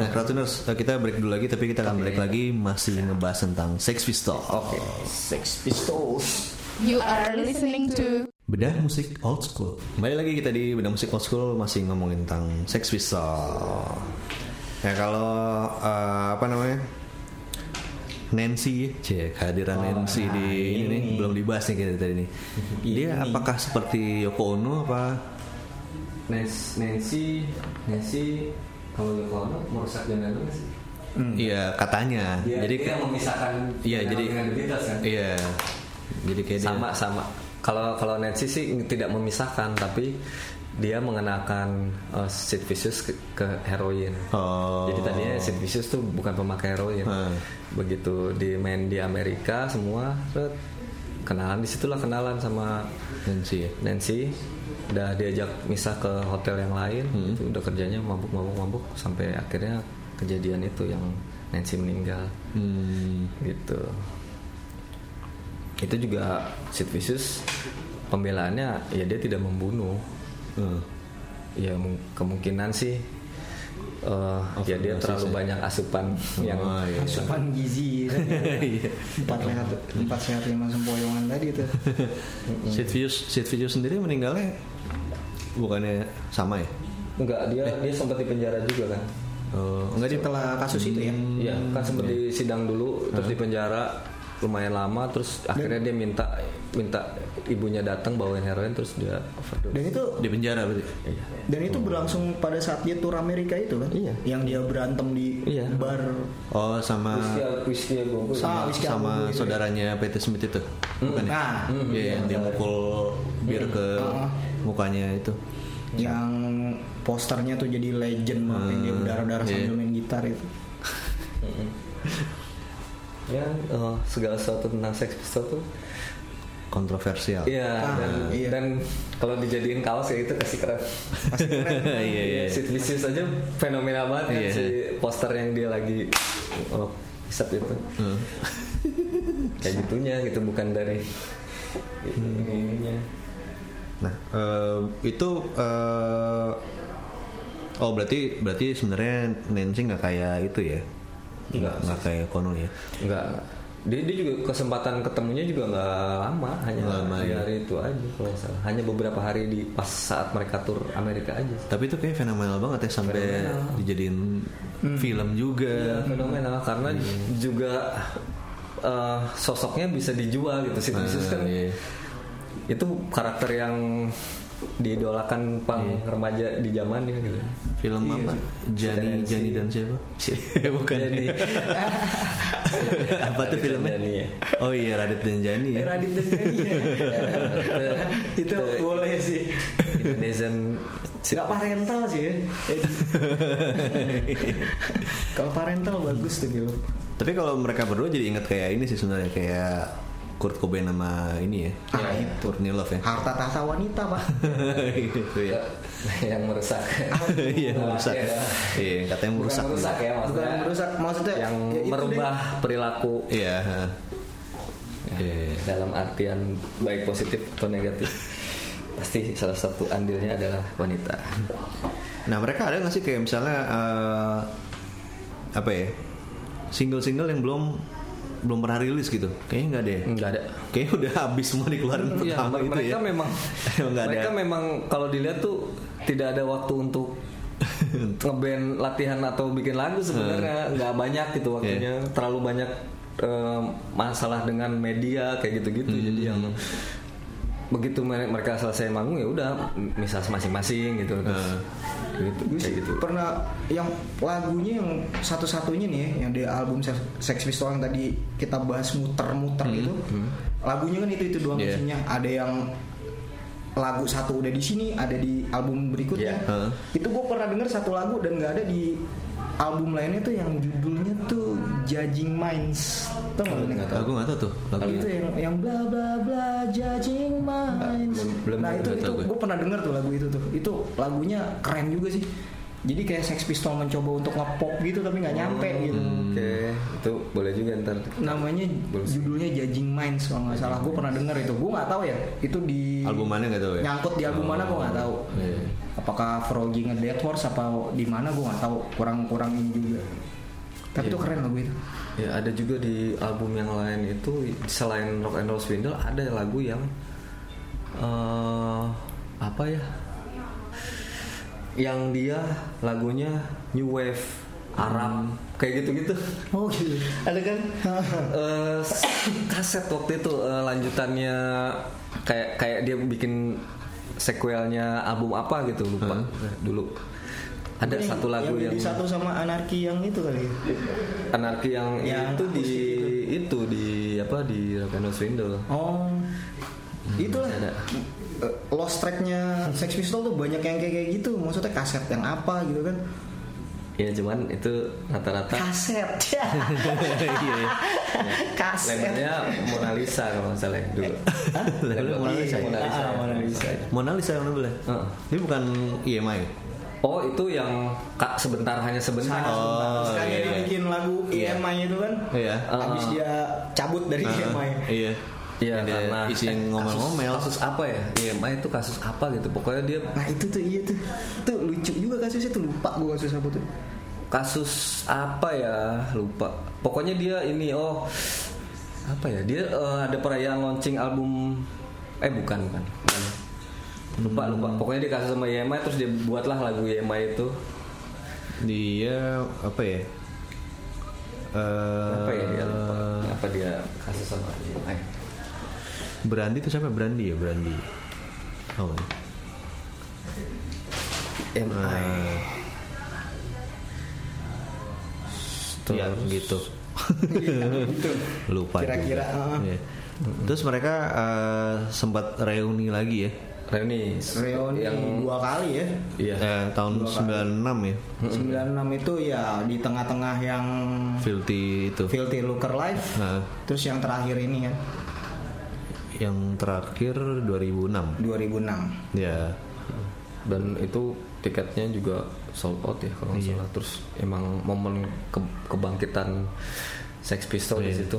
Speaker 2: nah Kratuners kita break dulu lagi tapi ya. kita akan break lagi masih ngebahas tentang Sex Pistol
Speaker 3: Oke.
Speaker 4: Sex Pistols.
Speaker 1: You are listening to
Speaker 2: Bedah musik old school. Kembali lagi kita di bedah musik old school masih ngomongin tentang Sex Pistol. Ya kalau eh, apa namanya Nancy, cek kehadiran Nancy di Oh, nah, ini, nih, belum dibahas nih kita tadi nih. Dia apakah seperti Yoko Ono apa?
Speaker 3: Nancy, Nancy, kalau Yoko Ono merusak genre dulu sih.
Speaker 2: Iya katanya. jadi
Speaker 3: yang memisahkan
Speaker 2: iya jadi
Speaker 4: kan?
Speaker 2: iya jadi kayak dia-
Speaker 3: sama sama kalau kalau Nancy sih tidak memisahkan tapi dia mengenakan uh, Sid Vicious ke, ke heroin
Speaker 2: Oh.
Speaker 3: jadi tadinya Sid Vicious tuh bukan pemakai heroin
Speaker 2: Hmm.
Speaker 3: begitu di main di Amerika semua seret, kenalan disitulah kenalan sama
Speaker 2: Nancy ya.
Speaker 3: Nancy udah diajak misah ke hotel yang lain
Speaker 2: Hmm.
Speaker 3: gitu. udah kerjanya mabuk mabuk mabuk sampai akhirnya kejadian itu yang Nancy meninggal
Speaker 2: Hmm.
Speaker 3: gitu itu juga Sid Vicious pembelaannya ya dia tidak membunuh
Speaker 2: Hmm.
Speaker 3: ya mung- kemungkinan sih eh, ya dia
Speaker 2: Overdosis
Speaker 3: terlalu
Speaker 2: ya.
Speaker 3: banyak asupan yang
Speaker 2: Oh, iya.
Speaker 4: Asupan
Speaker 3: <laughs>
Speaker 4: gizi kan,
Speaker 3: Iya.
Speaker 4: ya. empat sehat empat sehat lima sempoyongan tadi tuh
Speaker 2: Sid Vicious, Sid Vicious sendiri meninggalnya bukannya sama ya?
Speaker 3: enggak dia dia sempat di penjara juga kan
Speaker 2: Oh, enggak dia
Speaker 4: setelah kasus itu ya
Speaker 2: Hmm,
Speaker 3: Iya kan sempat di sidang dulu terus di penjara lumayan lama terus akhirnya dia minta minta ibunya datang bawain heroin terus dia overdose.
Speaker 4: Dan itu
Speaker 2: Di penjara berarti.
Speaker 4: dan itu berlangsung pada saat dia tur Amerika itu kan?
Speaker 3: Iya.
Speaker 4: Yang dia berantem di
Speaker 3: Iya.
Speaker 4: bar
Speaker 2: Oh sama
Speaker 3: Wistia Bogor.
Speaker 4: Ah,
Speaker 2: sama,
Speaker 4: Whiskey
Speaker 2: sama
Speaker 4: Abu gitu.
Speaker 2: saudaranya PT Smith itu. Bukan ya?
Speaker 4: Nah,
Speaker 2: Iya, yang dia mukul bir ke mukanya itu.
Speaker 4: yang posternya tuh jadi legend banget yang dia berdarah-darah
Speaker 2: iya.
Speaker 4: sambil main gitar itu.
Speaker 3: Ya eh, segala sesuatu tentang seks pistol tuh.
Speaker 2: Kontroversial.
Speaker 3: Iya
Speaker 4: Ah,
Speaker 3: dan,
Speaker 4: iya.
Speaker 3: dan kalau dijadiin kaos ya itu kasih keren.
Speaker 2: <laughs> Iya, iya, iya.
Speaker 3: Sid Vicious aja fenomena banget kan
Speaker 2: Iya.
Speaker 3: si poster yang dia lagi oh, isap itu.
Speaker 2: Hmm.
Speaker 3: <laughs> Kayak gitunya gitu bukan dari
Speaker 2: Hmm.
Speaker 3: ininya.
Speaker 2: Nah, eh, itu eh, oh berarti berarti sebenarnya Nancy nggak kayak itu ya? Nggak nggak kayak Kono ya?
Speaker 3: Enggak. Dia, dia juga kesempatan ketemunya juga nggak lama, hanya
Speaker 2: Nggak lama,
Speaker 3: hari,
Speaker 2: iya.
Speaker 3: hari itu aja kalau nggak salah. Hanya beberapa hari di pas saat mereka tur Amerika aja.
Speaker 2: Tapi itu kayak fenomenal banget ya sampai
Speaker 3: Fenomenal.
Speaker 2: dijadiin film juga.
Speaker 3: Fenomenal karena
Speaker 2: Iya.
Speaker 3: juga eh, sosoknya bisa dijual gitu. Sid Vicious
Speaker 2: Ah,
Speaker 3: kan
Speaker 2: iya.
Speaker 3: itu karakter yang diidolakan pang
Speaker 2: Iya.
Speaker 3: remaja di zamannya gitu.
Speaker 2: Film apa? Jani
Speaker 3: Si Nancy.
Speaker 2: Jani dan siapa? <laughs> Bukan.
Speaker 3: Jadi
Speaker 2: apa tuh filmnya?
Speaker 3: Jani
Speaker 2: <laughs>
Speaker 3: ya.
Speaker 2: Oh iya Radit dan Jani ya.
Speaker 4: Radit dan Jani ya. <laughs> itu boleh sih.
Speaker 3: Indonesian
Speaker 4: Gak parental sih <laughs> ya. Kalau parental bagus tuh gitu.
Speaker 2: Tapi kalau mereka berdua jadi inget kayak ini sih sebenarnya kayak Kurt Cobain sama ini ya.
Speaker 4: Ah, itu.
Speaker 2: Courtney Love
Speaker 4: <laughs>
Speaker 2: ya. <laughs>
Speaker 4: Harta tahta wanita pak.
Speaker 2: Gitu ya.
Speaker 3: yang merusak.
Speaker 2: <laughs> Iya, merusak. Iya, yang katanya
Speaker 3: ya. Bukan
Speaker 2: merusak.
Speaker 3: merusak ya
Speaker 4: Bukan
Speaker 3: maksudnya.
Speaker 4: merusak maksudnya
Speaker 3: Yang
Speaker 4: ya itu
Speaker 3: merubah
Speaker 4: deh.
Speaker 3: perilaku
Speaker 2: Iya. ha. Iya, iya.
Speaker 3: dalam artian baik positif atau negatif. Pasti salah satu andilnya adalah wanita.
Speaker 2: Nah mereka ada nggak sih kayak misalnya eh, apa ya single-single yang belum belum pernah rilis gitu? Kayaknya nggak ada. Ya?
Speaker 3: Enggak ada.
Speaker 2: Kayaknya udah habis semua dikeluarin
Speaker 3: Hmm. Iya,
Speaker 2: pertama gitu
Speaker 3: mereka
Speaker 2: ya.
Speaker 3: memang
Speaker 2: Emang <laughs> nggak ada.
Speaker 3: mereka memang kalau dilihat tuh tidak ada waktu untuk
Speaker 2: <laughs>
Speaker 3: ngeband latihan atau bikin lagu
Speaker 2: Hmm.
Speaker 3: sebenarnya nggak banyak gitu waktunya
Speaker 2: Iya.
Speaker 3: terlalu banyak eh, masalah dengan media kayak gitu-gitu
Speaker 2: Hmm.
Speaker 3: jadi yang begitu mere- mereka selesai manggung ya udah misal masing-masing gitu
Speaker 2: Hmm.
Speaker 3: terus gitu
Speaker 4: Gue
Speaker 3: kayak
Speaker 4: sih
Speaker 3: gitu
Speaker 4: pernah yang lagunya yang satu-satunya nih ya, yang di album Sex Sex Pistol yang tadi kita bahas muter-muter
Speaker 3: Hmm.
Speaker 4: itu, lagunya kan itu itu doang
Speaker 2: Iya.
Speaker 4: isinya. Ada yang lagu satu udah di sini, ada di album berikutnya.
Speaker 2: Iya. Heeh.
Speaker 4: Itu gue pernah denger satu lagu dan nggak ada di album lainnya tuh yang judulnya tuh Judging Minds. Tau nggak lu, Neng?
Speaker 2: Aku nggak tahu tuh. lagu <laughs>
Speaker 4: itu yang, Gitu ya, yang bla bla bla judging minds.
Speaker 3: belum- belum-
Speaker 4: nah itu
Speaker 2: belum
Speaker 4: itu
Speaker 2: tahu gue.
Speaker 4: gue pernah denger tuh lagu itu tuh. Itu lagunya keren juga sih. Jadi kayak Sex Pistol mencoba untuk ngepop gitu tapi nggak nyampe
Speaker 2: Hmm,
Speaker 4: gitu.
Speaker 3: Hmm, oke itu boleh juga ntar
Speaker 4: Namanya judulnya Judging Minds kalau nggak salah. Gue pernah denger itu. Gue nggak tahu ya. Itu di
Speaker 2: Album mana nggak tahu ya?
Speaker 4: Nyangkut di album mana gue nggak tahu.
Speaker 2: Iya.
Speaker 4: Apakah Froggy nge Dead Horse apa di mana gue nggak tahu. Kurang-kurangin juga.
Speaker 2: Iya.
Speaker 4: Tapi itu keren lagu itu.
Speaker 3: Ya ada juga di album yang lain itu selain Rock and Roll Swindle ada lagu yang eh apa ya? Yang dia lagunya new wave Arab kayak gitu-gitu.
Speaker 4: Oh gitu.
Speaker 3: Ada kan?
Speaker 4: <laughs>
Speaker 3: Eh, kaset waktu itu eh, lanjutannya kayak kayak dia bikin sequelnya album apa gitu lupa dulu. Ada
Speaker 4: Ini
Speaker 3: satu lagu yang,
Speaker 4: yang, di satu sama anarki yang itu kali ya.
Speaker 3: anarki yang,
Speaker 4: Yang
Speaker 3: itu di
Speaker 4: akustik
Speaker 3: itu di apa di Rock and Roll Swindle.
Speaker 4: Oh, itulah.
Speaker 3: ada.
Speaker 4: Eh, Lost tracknya Sex Pistol tuh banyak yang kayak kayak gitu. Maksudnya kaset yang apa gitu kan?
Speaker 3: Ya cuman itu rata-rata
Speaker 4: Kaset. ya.
Speaker 2: Iya,
Speaker 4: kaset.
Speaker 3: labelnya Mona Lisa kalau nggak salah yang dulu. <laughs>
Speaker 2: Labelnya Mona Lisa.
Speaker 3: Mona Lisa.
Speaker 4: Eh, Ah, Mona Lisa.
Speaker 2: Mona Lisa yang boleh.
Speaker 3: Heeh.
Speaker 2: Ini bukan E EMI.
Speaker 3: Oh itu yang kak sebentar hanya sebentar.
Speaker 4: Terus kan
Speaker 2: iya.
Speaker 4: dia bikin lagu EMI itu kan?
Speaker 2: Iya.
Speaker 4: Habis dia cabut dari E EMI.
Speaker 2: Iya.
Speaker 3: Iya
Speaker 2: Ada
Speaker 3: karena
Speaker 2: isi yang ngomel-ngomel.
Speaker 3: Kasus, kasus apa ya? Iya, Ma, itu kasus apa gitu. Pokoknya dia
Speaker 4: Nah itu tuh iya tuh. Tuh lucu juga kasusnya tuh lupa gue kasus apa tuh.
Speaker 3: kasus apa ya lupa pokoknya dia ini oh apa ya dia eh, ada perayaan launching album eh bukan bukan bukan. lupa lupa pokoknya dia kasus sama Yema terus dia buatlah lagu Yema itu
Speaker 2: Dia apa ya? Eh,
Speaker 3: apa ya dia lupa. apa dia kasih sama dia
Speaker 2: Brandi itu siapa? Brandi ya, Brandi. Oh.
Speaker 3: MI
Speaker 2: Ya,
Speaker 3: <laughs>
Speaker 2: gitu.
Speaker 4: gitu.
Speaker 2: Lupa
Speaker 4: Kira-kira,
Speaker 2: juga.
Speaker 4: ah.
Speaker 2: Iya. Terus mereka eh, sempat reuni lagi ya.
Speaker 3: Reuni
Speaker 4: Reuni
Speaker 3: yang
Speaker 4: dua kali ya.
Speaker 3: iya
Speaker 2: Eh, tahun 96 ya.
Speaker 4: 96 itu ya di tengah-tengah yang
Speaker 2: Filthy itu.
Speaker 4: Filthy Looker Live.
Speaker 2: Nah,
Speaker 4: Terus yang terakhir ini ya
Speaker 2: yang terakhir 2006.
Speaker 4: 2006.
Speaker 3: <laughs>
Speaker 2: Ya.
Speaker 3: dan itu tiketnya juga sold out ya kalau nggak
Speaker 2: Iya.
Speaker 3: salah terus emang momen ke- kebangkitan Sex Pistol di situ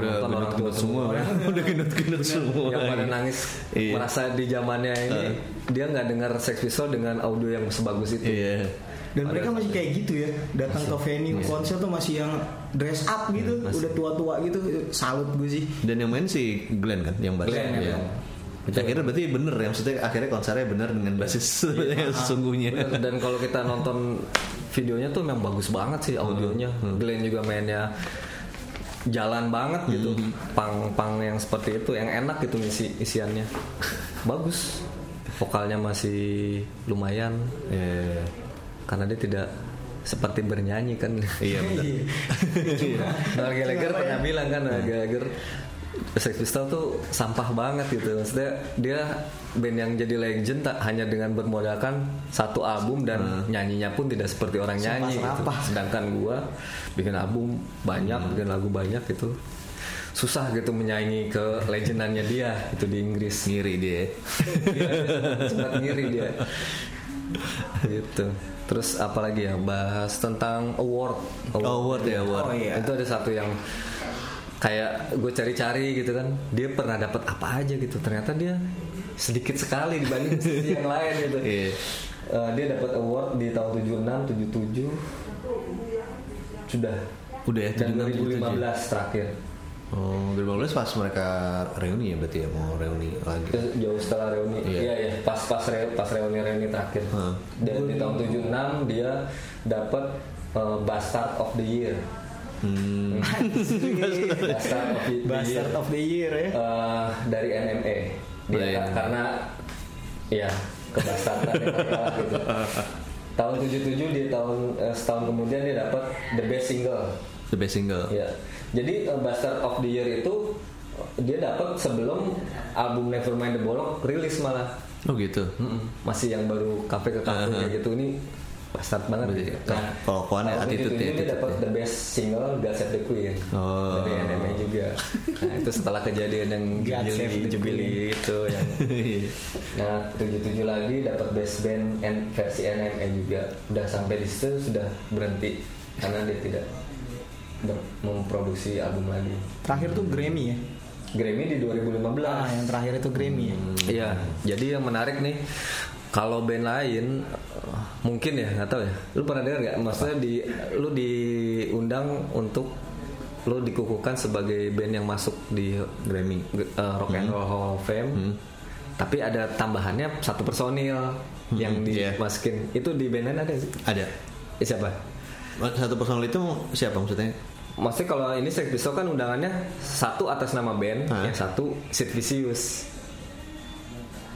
Speaker 2: Iya. Udah
Speaker 3: nonton orang tua
Speaker 2: gendut-gendut semua. <laughs>
Speaker 3: semua
Speaker 2: kan? Udah gendut-gendut semua.
Speaker 3: yang pada nangis
Speaker 2: Iya.
Speaker 3: merasa di zamannya ini dia nggak dengar Sex Pistol dengan audio yang sebagus itu
Speaker 2: Iya.
Speaker 4: Dan mereka masih kayak gitu ya, datang ke venue konser tuh masih yang dress
Speaker 3: Iya,
Speaker 4: up gitu, udah tua-tua gitu, salut gue sih.
Speaker 2: Dan yang main si Glenn kan, yang basis.
Speaker 3: Glenn,
Speaker 2: ya.
Speaker 3: ya.
Speaker 2: Akhirnya berarti bener ya, maksudnya akhirnya konsernya bener dengan basis
Speaker 4: Iya,
Speaker 2: <laughs> yang sesungguhnya.
Speaker 3: Bener, dan kalau kita nonton videonya tuh memang bagus banget sih audionya
Speaker 2: Hmm,
Speaker 3: Glenn juga mainnya jalan banget gitu
Speaker 2: Hmm,
Speaker 3: pang-pang yang seperti itu yang enak gitu isi isiannya bagus vokalnya masih lumayan
Speaker 2: Iya.
Speaker 3: karena dia tidak seperti bernyanyi kan
Speaker 2: Iya bener.
Speaker 3: <laughs>
Speaker 2: Iya.
Speaker 3: Noel Gallagher
Speaker 2: ya?
Speaker 3: pernah bilang kan Noel Gallagher Sex Pistols tuh sampah banget gitu Maksudnya dia band yang jadi legend tak hanya dengan bermodalkan satu album dan nyanyinya pun tidak seperti orang nyanyi gitu.
Speaker 4: serapah.
Speaker 3: Sedangkan gua bikin album banyak, bikin lagu banyak gitu Susah gitu menyaingi ke legendannya dia itu di Inggris
Speaker 2: Ngiri dia.
Speaker 3: Iya, sempat ngiri dia gitu terus apalagi ya bahas tentang award
Speaker 2: Award ya, award.
Speaker 4: Oh, iya.
Speaker 3: itu ada satu yang kayak gue cari-cari gitu kan dia pernah dapat apa aja gitu ternyata dia sedikit sekali dibanding <laughs> musisi yang lain gitu
Speaker 2: Iya.
Speaker 3: Eh, dia dapat award di tahun 76 77 sudah
Speaker 2: Udah ya,
Speaker 3: dan
Speaker 2: 76,
Speaker 3: 2015 terakhir
Speaker 2: Oh, 2015 pas mereka reuni ya berarti ya mau reuni lagi.
Speaker 4: Iya.
Speaker 3: Itu jauh setelah reuni
Speaker 2: Iya.
Speaker 3: iya iya pas pas re- pas reuni reuni terakhir
Speaker 2: Heeh.
Speaker 3: dan di tahun 76 dia dapat eh, bastard of the year <laughs>
Speaker 2: Hmm.
Speaker 3: bastard of the year
Speaker 4: Bastard of the year ya.
Speaker 3: Eh, dari NME dia kan,
Speaker 2: Dari NME.
Speaker 3: karena ya kebastardan yang kalah gitu tahun 77 dia tahun eh, setahun kemudian dia dapat the best single
Speaker 2: The best single.
Speaker 3: ya
Speaker 4: Iya.
Speaker 3: jadi eh, bastard of the year itu eh, dia dapat sebelum album Nevermind the Bolong rilis malah
Speaker 2: Oh gitu. <laughs>
Speaker 3: Mm-mm. masih yang baru kafe ke kafe kayak gitu ini bastard banget
Speaker 2: Berarti
Speaker 3: gitu.
Speaker 2: ke- kelakuannya,
Speaker 3: tahun
Speaker 2: attitude
Speaker 3: 77
Speaker 2: ya,
Speaker 3: dia
Speaker 2: attitude
Speaker 3: dapat
Speaker 2: ya.
Speaker 3: the best single God Save the Queen
Speaker 2: Oh.
Speaker 3: dari NME juga nah itu setelah kejadian yang
Speaker 4: God Save
Speaker 3: Jubilee
Speaker 4: the
Speaker 3: Jubilee itu yang
Speaker 2: Iya.
Speaker 3: nah 77 lagi dapat best band and versi NME juga udah sampai di situ sudah berhenti karena dia tidak ber- memproduksi album lagi
Speaker 4: Terakhir tuh Grammy ya.
Speaker 3: Grammy di 2015
Speaker 4: Ah, yang terakhir itu Grammy ya.
Speaker 3: Iya, jadi yang menarik nih kalau band lain eh, mungkin ya nggak tahu ya. Lu pernah dengar nggak? Maksudnya di lu diundang untuk lu dikukuhkan sebagai band yang masuk di Grammy eh, Rock and Roll Hall of Fame. Tapi ada tambahannya satu personil yang
Speaker 2: iya.
Speaker 3: dimasukin. Itu di band lain ada sih?
Speaker 2: Ada.
Speaker 3: Eh, siapa?
Speaker 2: Satu personal itu siapa maksudnya?
Speaker 3: Maksudnya kalau ini Sex Pistols kan undangannya satu atas nama band,
Speaker 2: Hah?
Speaker 3: yang satu Sid Vicious.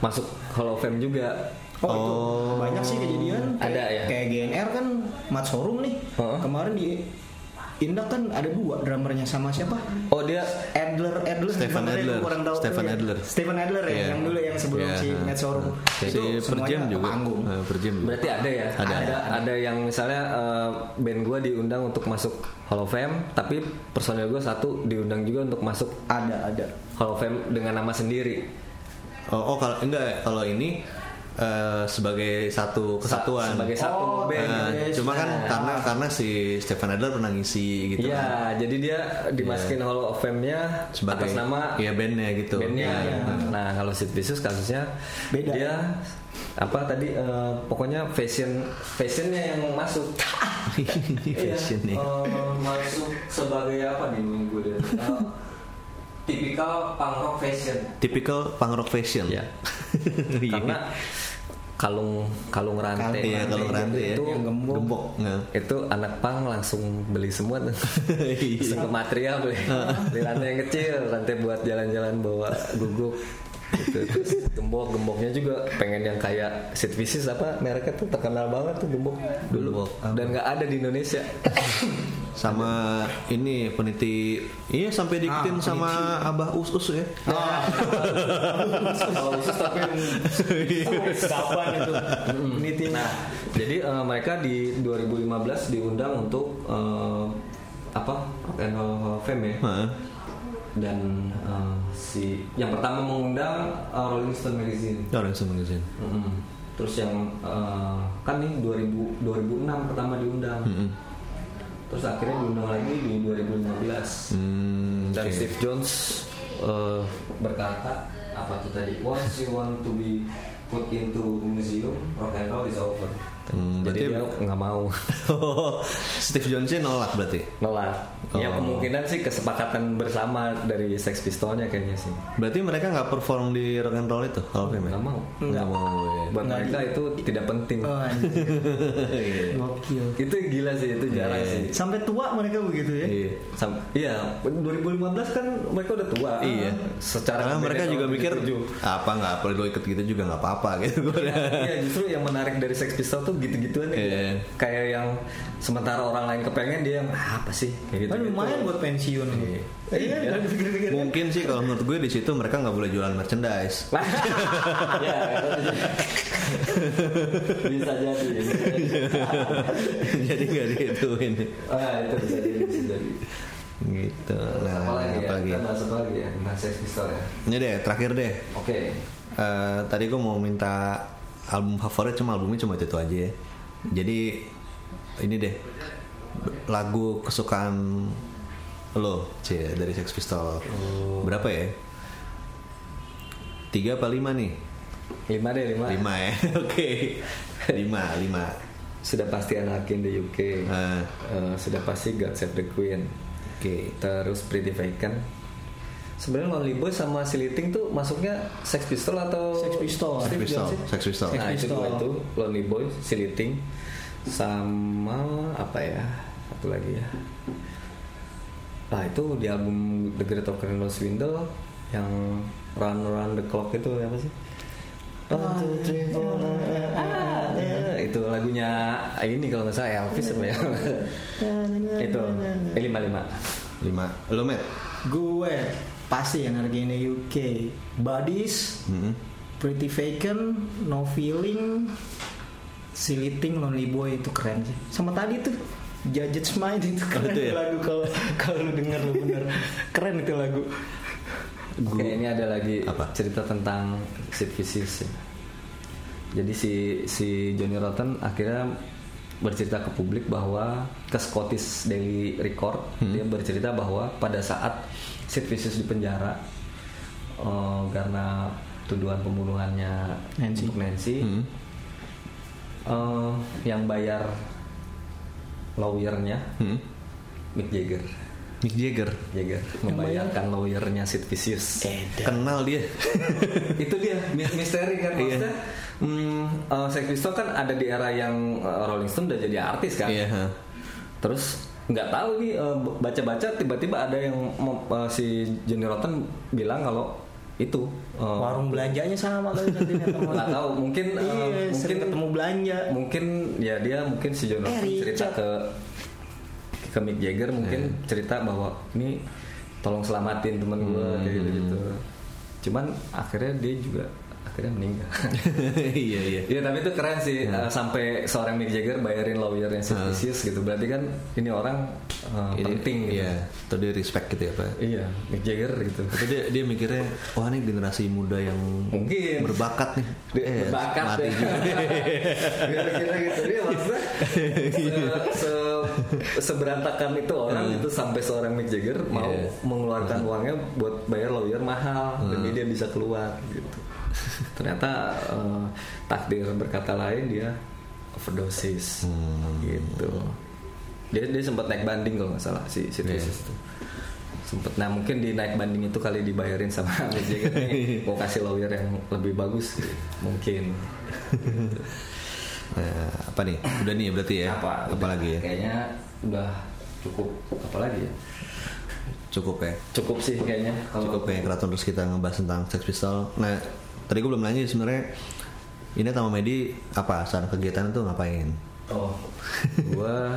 Speaker 3: Masuk Hall of Fame juga.
Speaker 4: Oh, itu banyak sih kejadian.
Speaker 3: Ada
Speaker 4: Kayak-
Speaker 3: ya?
Speaker 4: Kayak GNR kan Mat Sorum nih.
Speaker 3: Heeh.
Speaker 4: Kemarin di Indah kan ada dua drummernya sama siapa?
Speaker 3: Oh dia
Speaker 4: Adler, Adler,
Speaker 2: Stefan
Speaker 4: drummernya
Speaker 2: Adler.
Speaker 4: gua kurang tahu.
Speaker 2: Stefan
Speaker 4: Iya.
Speaker 2: Adler.
Speaker 4: Stefan Adler ya,
Speaker 2: Iya.
Speaker 4: yang dulu yang sebelum
Speaker 2: Iya,
Speaker 4: si
Speaker 2: nah.
Speaker 4: Matt Sorum.
Speaker 2: Si
Speaker 4: Itu
Speaker 2: per
Speaker 4: semuanya
Speaker 2: jam juga.
Speaker 4: panggung.
Speaker 2: Eh, per jam juga.
Speaker 3: berarti ada ya?
Speaker 2: Ada.
Speaker 3: ada, ada yang misalnya eh, band gue diundang untuk masuk Hall of Fame, tapi personel gue satu diundang juga untuk masuk
Speaker 4: Ada, ada.
Speaker 3: Hall of Fame dengan nama sendiri.
Speaker 2: Oh, oh, kalau enggak kalau ini eh, sebagai satu
Speaker 3: Sa-
Speaker 2: kesatuan.
Speaker 3: sebagai satu
Speaker 4: Oh,
Speaker 3: band.
Speaker 2: Eh,
Speaker 4: Yes,
Speaker 2: cuma kan
Speaker 4: nah.
Speaker 2: karena karena si Stefan Adler pernah ngisi gitu. kan.
Speaker 3: Iya, jadi dia dimasukin Hall of Fame-nya
Speaker 2: Sebagai
Speaker 3: atas nama
Speaker 2: ya bandnya gitu.
Speaker 3: bandnya.
Speaker 2: Iya.
Speaker 3: Nah kalau Sid Vicious kasusnya
Speaker 4: Beda.
Speaker 3: dia apa tadi eh, pokoknya fashion fashionnya yang
Speaker 2: <laughs>
Speaker 3: masuk.
Speaker 4: Iya.
Speaker 2: Fashion ya.
Speaker 4: Oh.
Speaker 3: eh, masuk sebagai apa nih minggu dia? Eh, Tipikal punk rock fashion.
Speaker 4: Iya.
Speaker 2: Typical punk rock fashion.
Speaker 3: Ya.
Speaker 2: <laughs> Iya.
Speaker 3: Karena kalung kalung rantai. gitu
Speaker 4: Kalung
Speaker 2: Iya,
Speaker 4: rantai
Speaker 2: kalau rantai ya.
Speaker 3: itu
Speaker 4: yang gembok.
Speaker 2: Gembok. Nah.
Speaker 3: itu anak pang langsung beli semua
Speaker 2: <laughs>
Speaker 3: tuh.
Speaker 2: Iya.
Speaker 3: langsung ke material beli, beli rantai yang kecil rantai buat jalan-jalan bawa gugup gitu. terus gembok gemboknya juga pengen yang kayak seat pieces apa mereknya tuh terkenal banget tuh gembok dulu
Speaker 2: Gembok apa?
Speaker 3: dan nggak ada di
Speaker 2: <laughs>
Speaker 3: Indonesia
Speaker 2: Sama ini peniti Iya sampai diikutin
Speaker 4: Ah, peniti. Ah.
Speaker 2: sama Abah Us Us ya.
Speaker 3: kalau khusus tapi
Speaker 2: <laughs>
Speaker 4: Saban itu. Peniti.
Speaker 3: Nah, jadi eh, mereka di 2015 diundang untuk eh, apa? Rock and Roll Hall of Fame ya.
Speaker 2: Heeh.
Speaker 3: Dan eh, si yang pertama mengundang eh, Rolling Stone Magazine.
Speaker 2: Orang semua di sini.
Speaker 3: Mm-mm. Terus yang eh, kan nih 2000 2006 pertama diundang. Terus akhirnya diundang lagi di 2015.
Speaker 2: Hmm, <laughs>
Speaker 3: Dan
Speaker 2: oke.
Speaker 3: Steve Jones eh, berkata apa tuh tadi? Once you want to be put into museum, rock and roll is over.
Speaker 2: Hmm,
Speaker 3: Jadi
Speaker 2: berarti-
Speaker 3: dia nggak
Speaker 2: <laughs>
Speaker 3: mau
Speaker 2: Steve Jones nolak berarti.
Speaker 3: nolak. Ya
Speaker 2: Oh.
Speaker 3: kemungkinan sih kesepakatan bersama dari Sex Pistolnya kayaknya sih.
Speaker 2: Berarti mereka nggak perform di rock and roll itu kalau film ya?
Speaker 3: Nggak mau.
Speaker 2: Nggak mau. ya.
Speaker 3: Buat mereka itu tidak penting.
Speaker 4: Oh, anjir. Gokil.
Speaker 3: Itu gila sih itu jarang
Speaker 2: Iya.
Speaker 3: sih.
Speaker 4: Sampai tua mereka begitu ya.
Speaker 2: Iya.
Speaker 3: Sam- Iya, 2015 kan mereka udah tua.
Speaker 2: Iya.
Speaker 3: Secara gitu.
Speaker 2: Karena mereka juga mikir apa nggak perlu ikut gitu juga nggak apa-apa gitu.
Speaker 3: Iya justru yang menarik dari Sex Pistol tuh gitu-gituan ya.
Speaker 2: Iya.
Speaker 3: Kayak yang sementara orang lain kepengen dia yang "Ah, apa sih?
Speaker 2: Gitu,
Speaker 3: Kayak
Speaker 4: Kan
Speaker 3: gitu-gitu.
Speaker 4: lumayan
Speaker 3: <laughs>
Speaker 4: buat pensiun. Iya. Iya, <laughs> kan pikir-pikir.
Speaker 2: Mungkin sih kalau menurut gue di situ mereka nggak boleh jualan merchandise. <laughs>
Speaker 3: <laughs> ya, bisa jadi. ya, Bisa jadi.
Speaker 2: Iya. Jadi nggak dihituin.
Speaker 3: Ah, itu bisa jadi. Bisa jadi.
Speaker 2: Gitu. Nah,
Speaker 3: Apa lagi ya?
Speaker 2: apa lagi?
Speaker 3: Kita bahas apa lagi ya? Tentang Sex Pistol ya.
Speaker 2: Ini deh, terakhir deh.
Speaker 3: Oke.
Speaker 2: Eh, tadi gue mau minta album favorit cuma albumnya cuma itu aja ya. Jadi ini deh lagu kesukaan lo C dari Sex Pistol
Speaker 3: Oh.
Speaker 2: berapa ya? Tiga apa lima nih?
Speaker 3: Lima deh lima.
Speaker 2: Lima ya, <laughs> oke. Lima, lima.
Speaker 3: Sudah pasti Anarchy in the UK.
Speaker 2: Ah.
Speaker 3: Eh, sudah pasti God Save the Queen.
Speaker 2: Oke.
Speaker 3: terus Pretty Vacant sebenarnya Lonely Boy sama Siliting tuh masuknya Sex Pistol atau
Speaker 4: Sex Pistol.
Speaker 3: Steve
Speaker 2: Sex Pistol,
Speaker 3: Jones sih?
Speaker 2: Sex Pistol.
Speaker 3: nah
Speaker 4: Sex
Speaker 3: itu dua
Speaker 4: Pistol.
Speaker 3: itu Lonely Boy Siliting sama apa ya satu lagi ya nah itu di album The Great of Candle Swindle yang Run Run the Clock itu apa sih One, two, three, four, ah, ah, itu lagunya ini kalau nggak salah Elvis apa ya itu eh, lima lima
Speaker 2: Lima. Lo met?
Speaker 4: Gue pasti yang harganya UK. Buddies,
Speaker 2: Mm-mm.
Speaker 4: Pretty Vacant, No Feeling, Siliting, Lonely Boy itu keren sih. Sama tadi tuh Judge's Mind itu keren
Speaker 2: itu ya?
Speaker 4: tuh lagu kalau kalau lu denger lu
Speaker 2: <laughs>
Speaker 4: bener keren itu lagu.
Speaker 3: Oke, ini ada lagi
Speaker 2: Apa?
Speaker 3: cerita tentang Sid Vicious. ya. Jadi si si Johnny Rotten akhirnya bercerita ke publik bahwa ke Scottish Daily Record
Speaker 2: Hmm.
Speaker 3: dia bercerita bahwa pada saat Sid Vicious di penjara eh, karena tuduhan pembunuhannya
Speaker 4: Nancy.
Speaker 3: untuk Nancy,
Speaker 2: Hmm.
Speaker 3: eh, yang bayar lawyernya
Speaker 2: Hmm.
Speaker 3: Mick Jagger.
Speaker 2: Mick Jagger.
Speaker 3: Jagger membayarkan lawyernya Sid Vicious.
Speaker 2: Kenal dia.
Speaker 3: <laughs> itu dia mi- misteri kan maksudnya mm, uh, Sex Pistols kan ada di era yang uh, Rolling Stone udah jadi artis kan
Speaker 2: Iya. ha.
Speaker 3: terus nggak tahu nih uh, baca-baca tiba-tiba ada yang mem- uh, si Johnny Rotten bilang kalau itu uh,
Speaker 4: Warung belanjanya sama kali nanti
Speaker 3: nggak tahu mungkin uh,
Speaker 4: Iya,
Speaker 3: mungkin
Speaker 4: sering ketemu belanja.
Speaker 3: mungkin ya dia mungkin si Johnny
Speaker 4: Eh,
Speaker 3: Rotten cerita
Speaker 4: Richard.
Speaker 3: ke ke Mick Jagger mungkin
Speaker 2: Eh.
Speaker 3: cerita bahwa ini tolong selamatin temen gue
Speaker 2: Hmm.
Speaker 3: kayak gitu, gitu cuman akhirnya dia juga akhirnya meninggal
Speaker 2: <laughs> <laughs> Iya iya. Hmm.
Speaker 3: Iya tapi itu keren sih eh, sampai seorang Mick Jagger bayarin lawyernya Sid gitu berarti kan ini orang eh,
Speaker 2: Ini-
Speaker 3: penting gitu.
Speaker 2: Iya. Atau dia respect gitu ya pak?
Speaker 3: Iya, Mick Jagger gitu.
Speaker 2: Tapi dia, dia mikirnya, wah ini generasi muda yang
Speaker 3: Mungkin.
Speaker 2: berbakat nih.
Speaker 3: Dia berbakat
Speaker 2: Eh, mati
Speaker 3: deh.
Speaker 2: juga. <laughs>
Speaker 3: Dia kira gitu dia maksudnya se- se- seberantakan itu orang itu sampai seorang Mick Jagger mau
Speaker 2: Hmm. Iya.
Speaker 3: mengeluarkan uangnya buat bayar lawyer mahal demi
Speaker 2: Hmm.
Speaker 3: dia bisa keluar gitu. Ternyata eh, takdir berkata lain dia overdosis
Speaker 2: Hmm. Iya.
Speaker 3: gitu. Dia dia sempat naik banding kalau nggak salah si si Thesis itu. sempet nah mungkin di naik banding itu kali dibayarin sama <laughs> Mick Jagger
Speaker 2: <laughs>
Speaker 3: nih ya. mau kasih lawyer yang lebih bagus mungkin
Speaker 2: Eh, apa nih? Udah nih berarti ya.
Speaker 3: apa
Speaker 2: Apalagi ya?
Speaker 3: kayaknya udah cukup apalagi ya
Speaker 2: Cukup ya.
Speaker 3: cukup sih kayaknya kalau
Speaker 2: Cukup ya keraton terus kita ngebahas tentang Sex Pistol. Nah, tadi gue belum nanya sebenarnya ini sama Medi apa saran kegiatan tuh ngapain?
Speaker 3: oh gua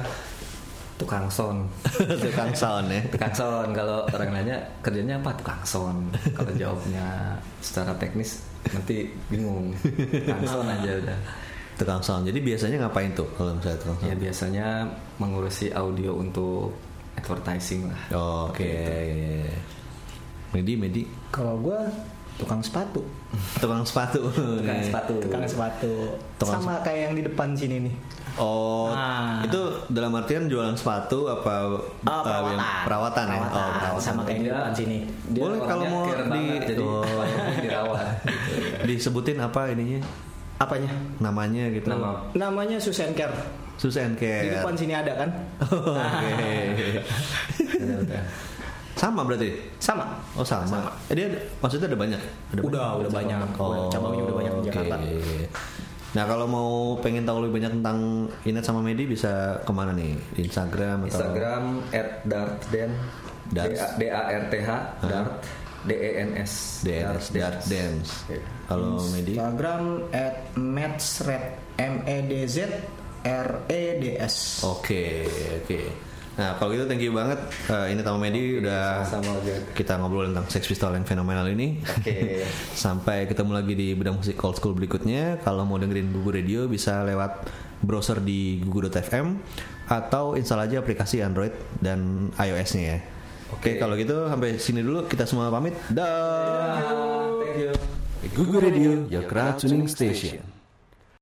Speaker 3: tukang sound
Speaker 2: <laughs> Tukang sound ya.
Speaker 3: tukang sound kalau orang nanya kerjanya apa tukang sound kalau jawabnya secara teknis nanti bingung tukang sound aja udah
Speaker 2: Tukang sound. Jadi biasanya ngapain tuh kalau misalnya tukang
Speaker 3: ya
Speaker 2: sound?
Speaker 3: biasanya mengurusi audio untuk advertising lah
Speaker 2: Oke. Medi, Medi, <laughs>
Speaker 4: Kalau gue tukang sepatu,
Speaker 2: tukang sepatu. Iya.
Speaker 3: Eh, tukang sepatu
Speaker 4: tukang sepatu,
Speaker 2: Tukang
Speaker 4: sama kayak yang di depan sini nih.
Speaker 2: Oh,
Speaker 4: Ah.
Speaker 2: itu dalam artian jualan sepatu apa
Speaker 4: Ah,
Speaker 2: apa yang- perawatan, ya? Oh, perawatan.
Speaker 4: sama kayak yang di
Speaker 3: Dia-
Speaker 4: depan sini.
Speaker 3: dia
Speaker 2: Boleh kalau
Speaker 3: orangnya
Speaker 2: mau
Speaker 3: care
Speaker 2: di-
Speaker 3: banget, jadi
Speaker 2: Oh.
Speaker 3: <laughs> orangnya
Speaker 2: <laughs>
Speaker 3: dirawat gitu.
Speaker 2: Disebutin apa ininya?
Speaker 4: Apanya?
Speaker 2: Namanya gitu.
Speaker 3: nama
Speaker 4: Namanya Susan Care.
Speaker 2: Susan
Speaker 3: Eh.
Speaker 4: Di
Speaker 2: Care.
Speaker 4: depan sini ada kan?
Speaker 2: <laughs> Oke.
Speaker 3: udah, udah.
Speaker 2: Sama berarti.
Speaker 4: Sama.
Speaker 2: Oh sama. Eh, dia ada- maksudnya ada banyak. Ada
Speaker 4: Udah, udah banyak. Udah, cabangnya udah banyak di
Speaker 2: oke.
Speaker 4: Jakarta.
Speaker 2: Nah kalau mau pengen tahu lebih banyak tentang Inet sama Medi bisa kemana nih? Di Instagram atau
Speaker 3: Instagram at dartden
Speaker 2: Dart.
Speaker 3: d a r t h dart d e n s
Speaker 2: DNS Dart E Dance. Kalau Medi
Speaker 4: Instagram at matsred m e d z r e d
Speaker 3: Oh.
Speaker 4: s.
Speaker 2: Oke, oke. Nah, kalau gitu thank you banget Eh, ini sama Medi udah
Speaker 3: sama aja
Speaker 2: kita ngobrol tentang Sex Pistol yang fenomenal ini.
Speaker 3: Oke.
Speaker 2: <laughs> Sampai ketemu lagi di Bedang Musik Old School berikutnya. Kalau mau dengerin Gugu Radio bisa lewat browser di gugu.fm atau install aja aplikasi Android dan iOS-nya ya. Oke,
Speaker 3: Oke.
Speaker 2: kalau gitu sampai sini dulu kita semua pamit. Dah.
Speaker 3: Ah, thank you
Speaker 2: Gugu Radio, your crowd tuning station.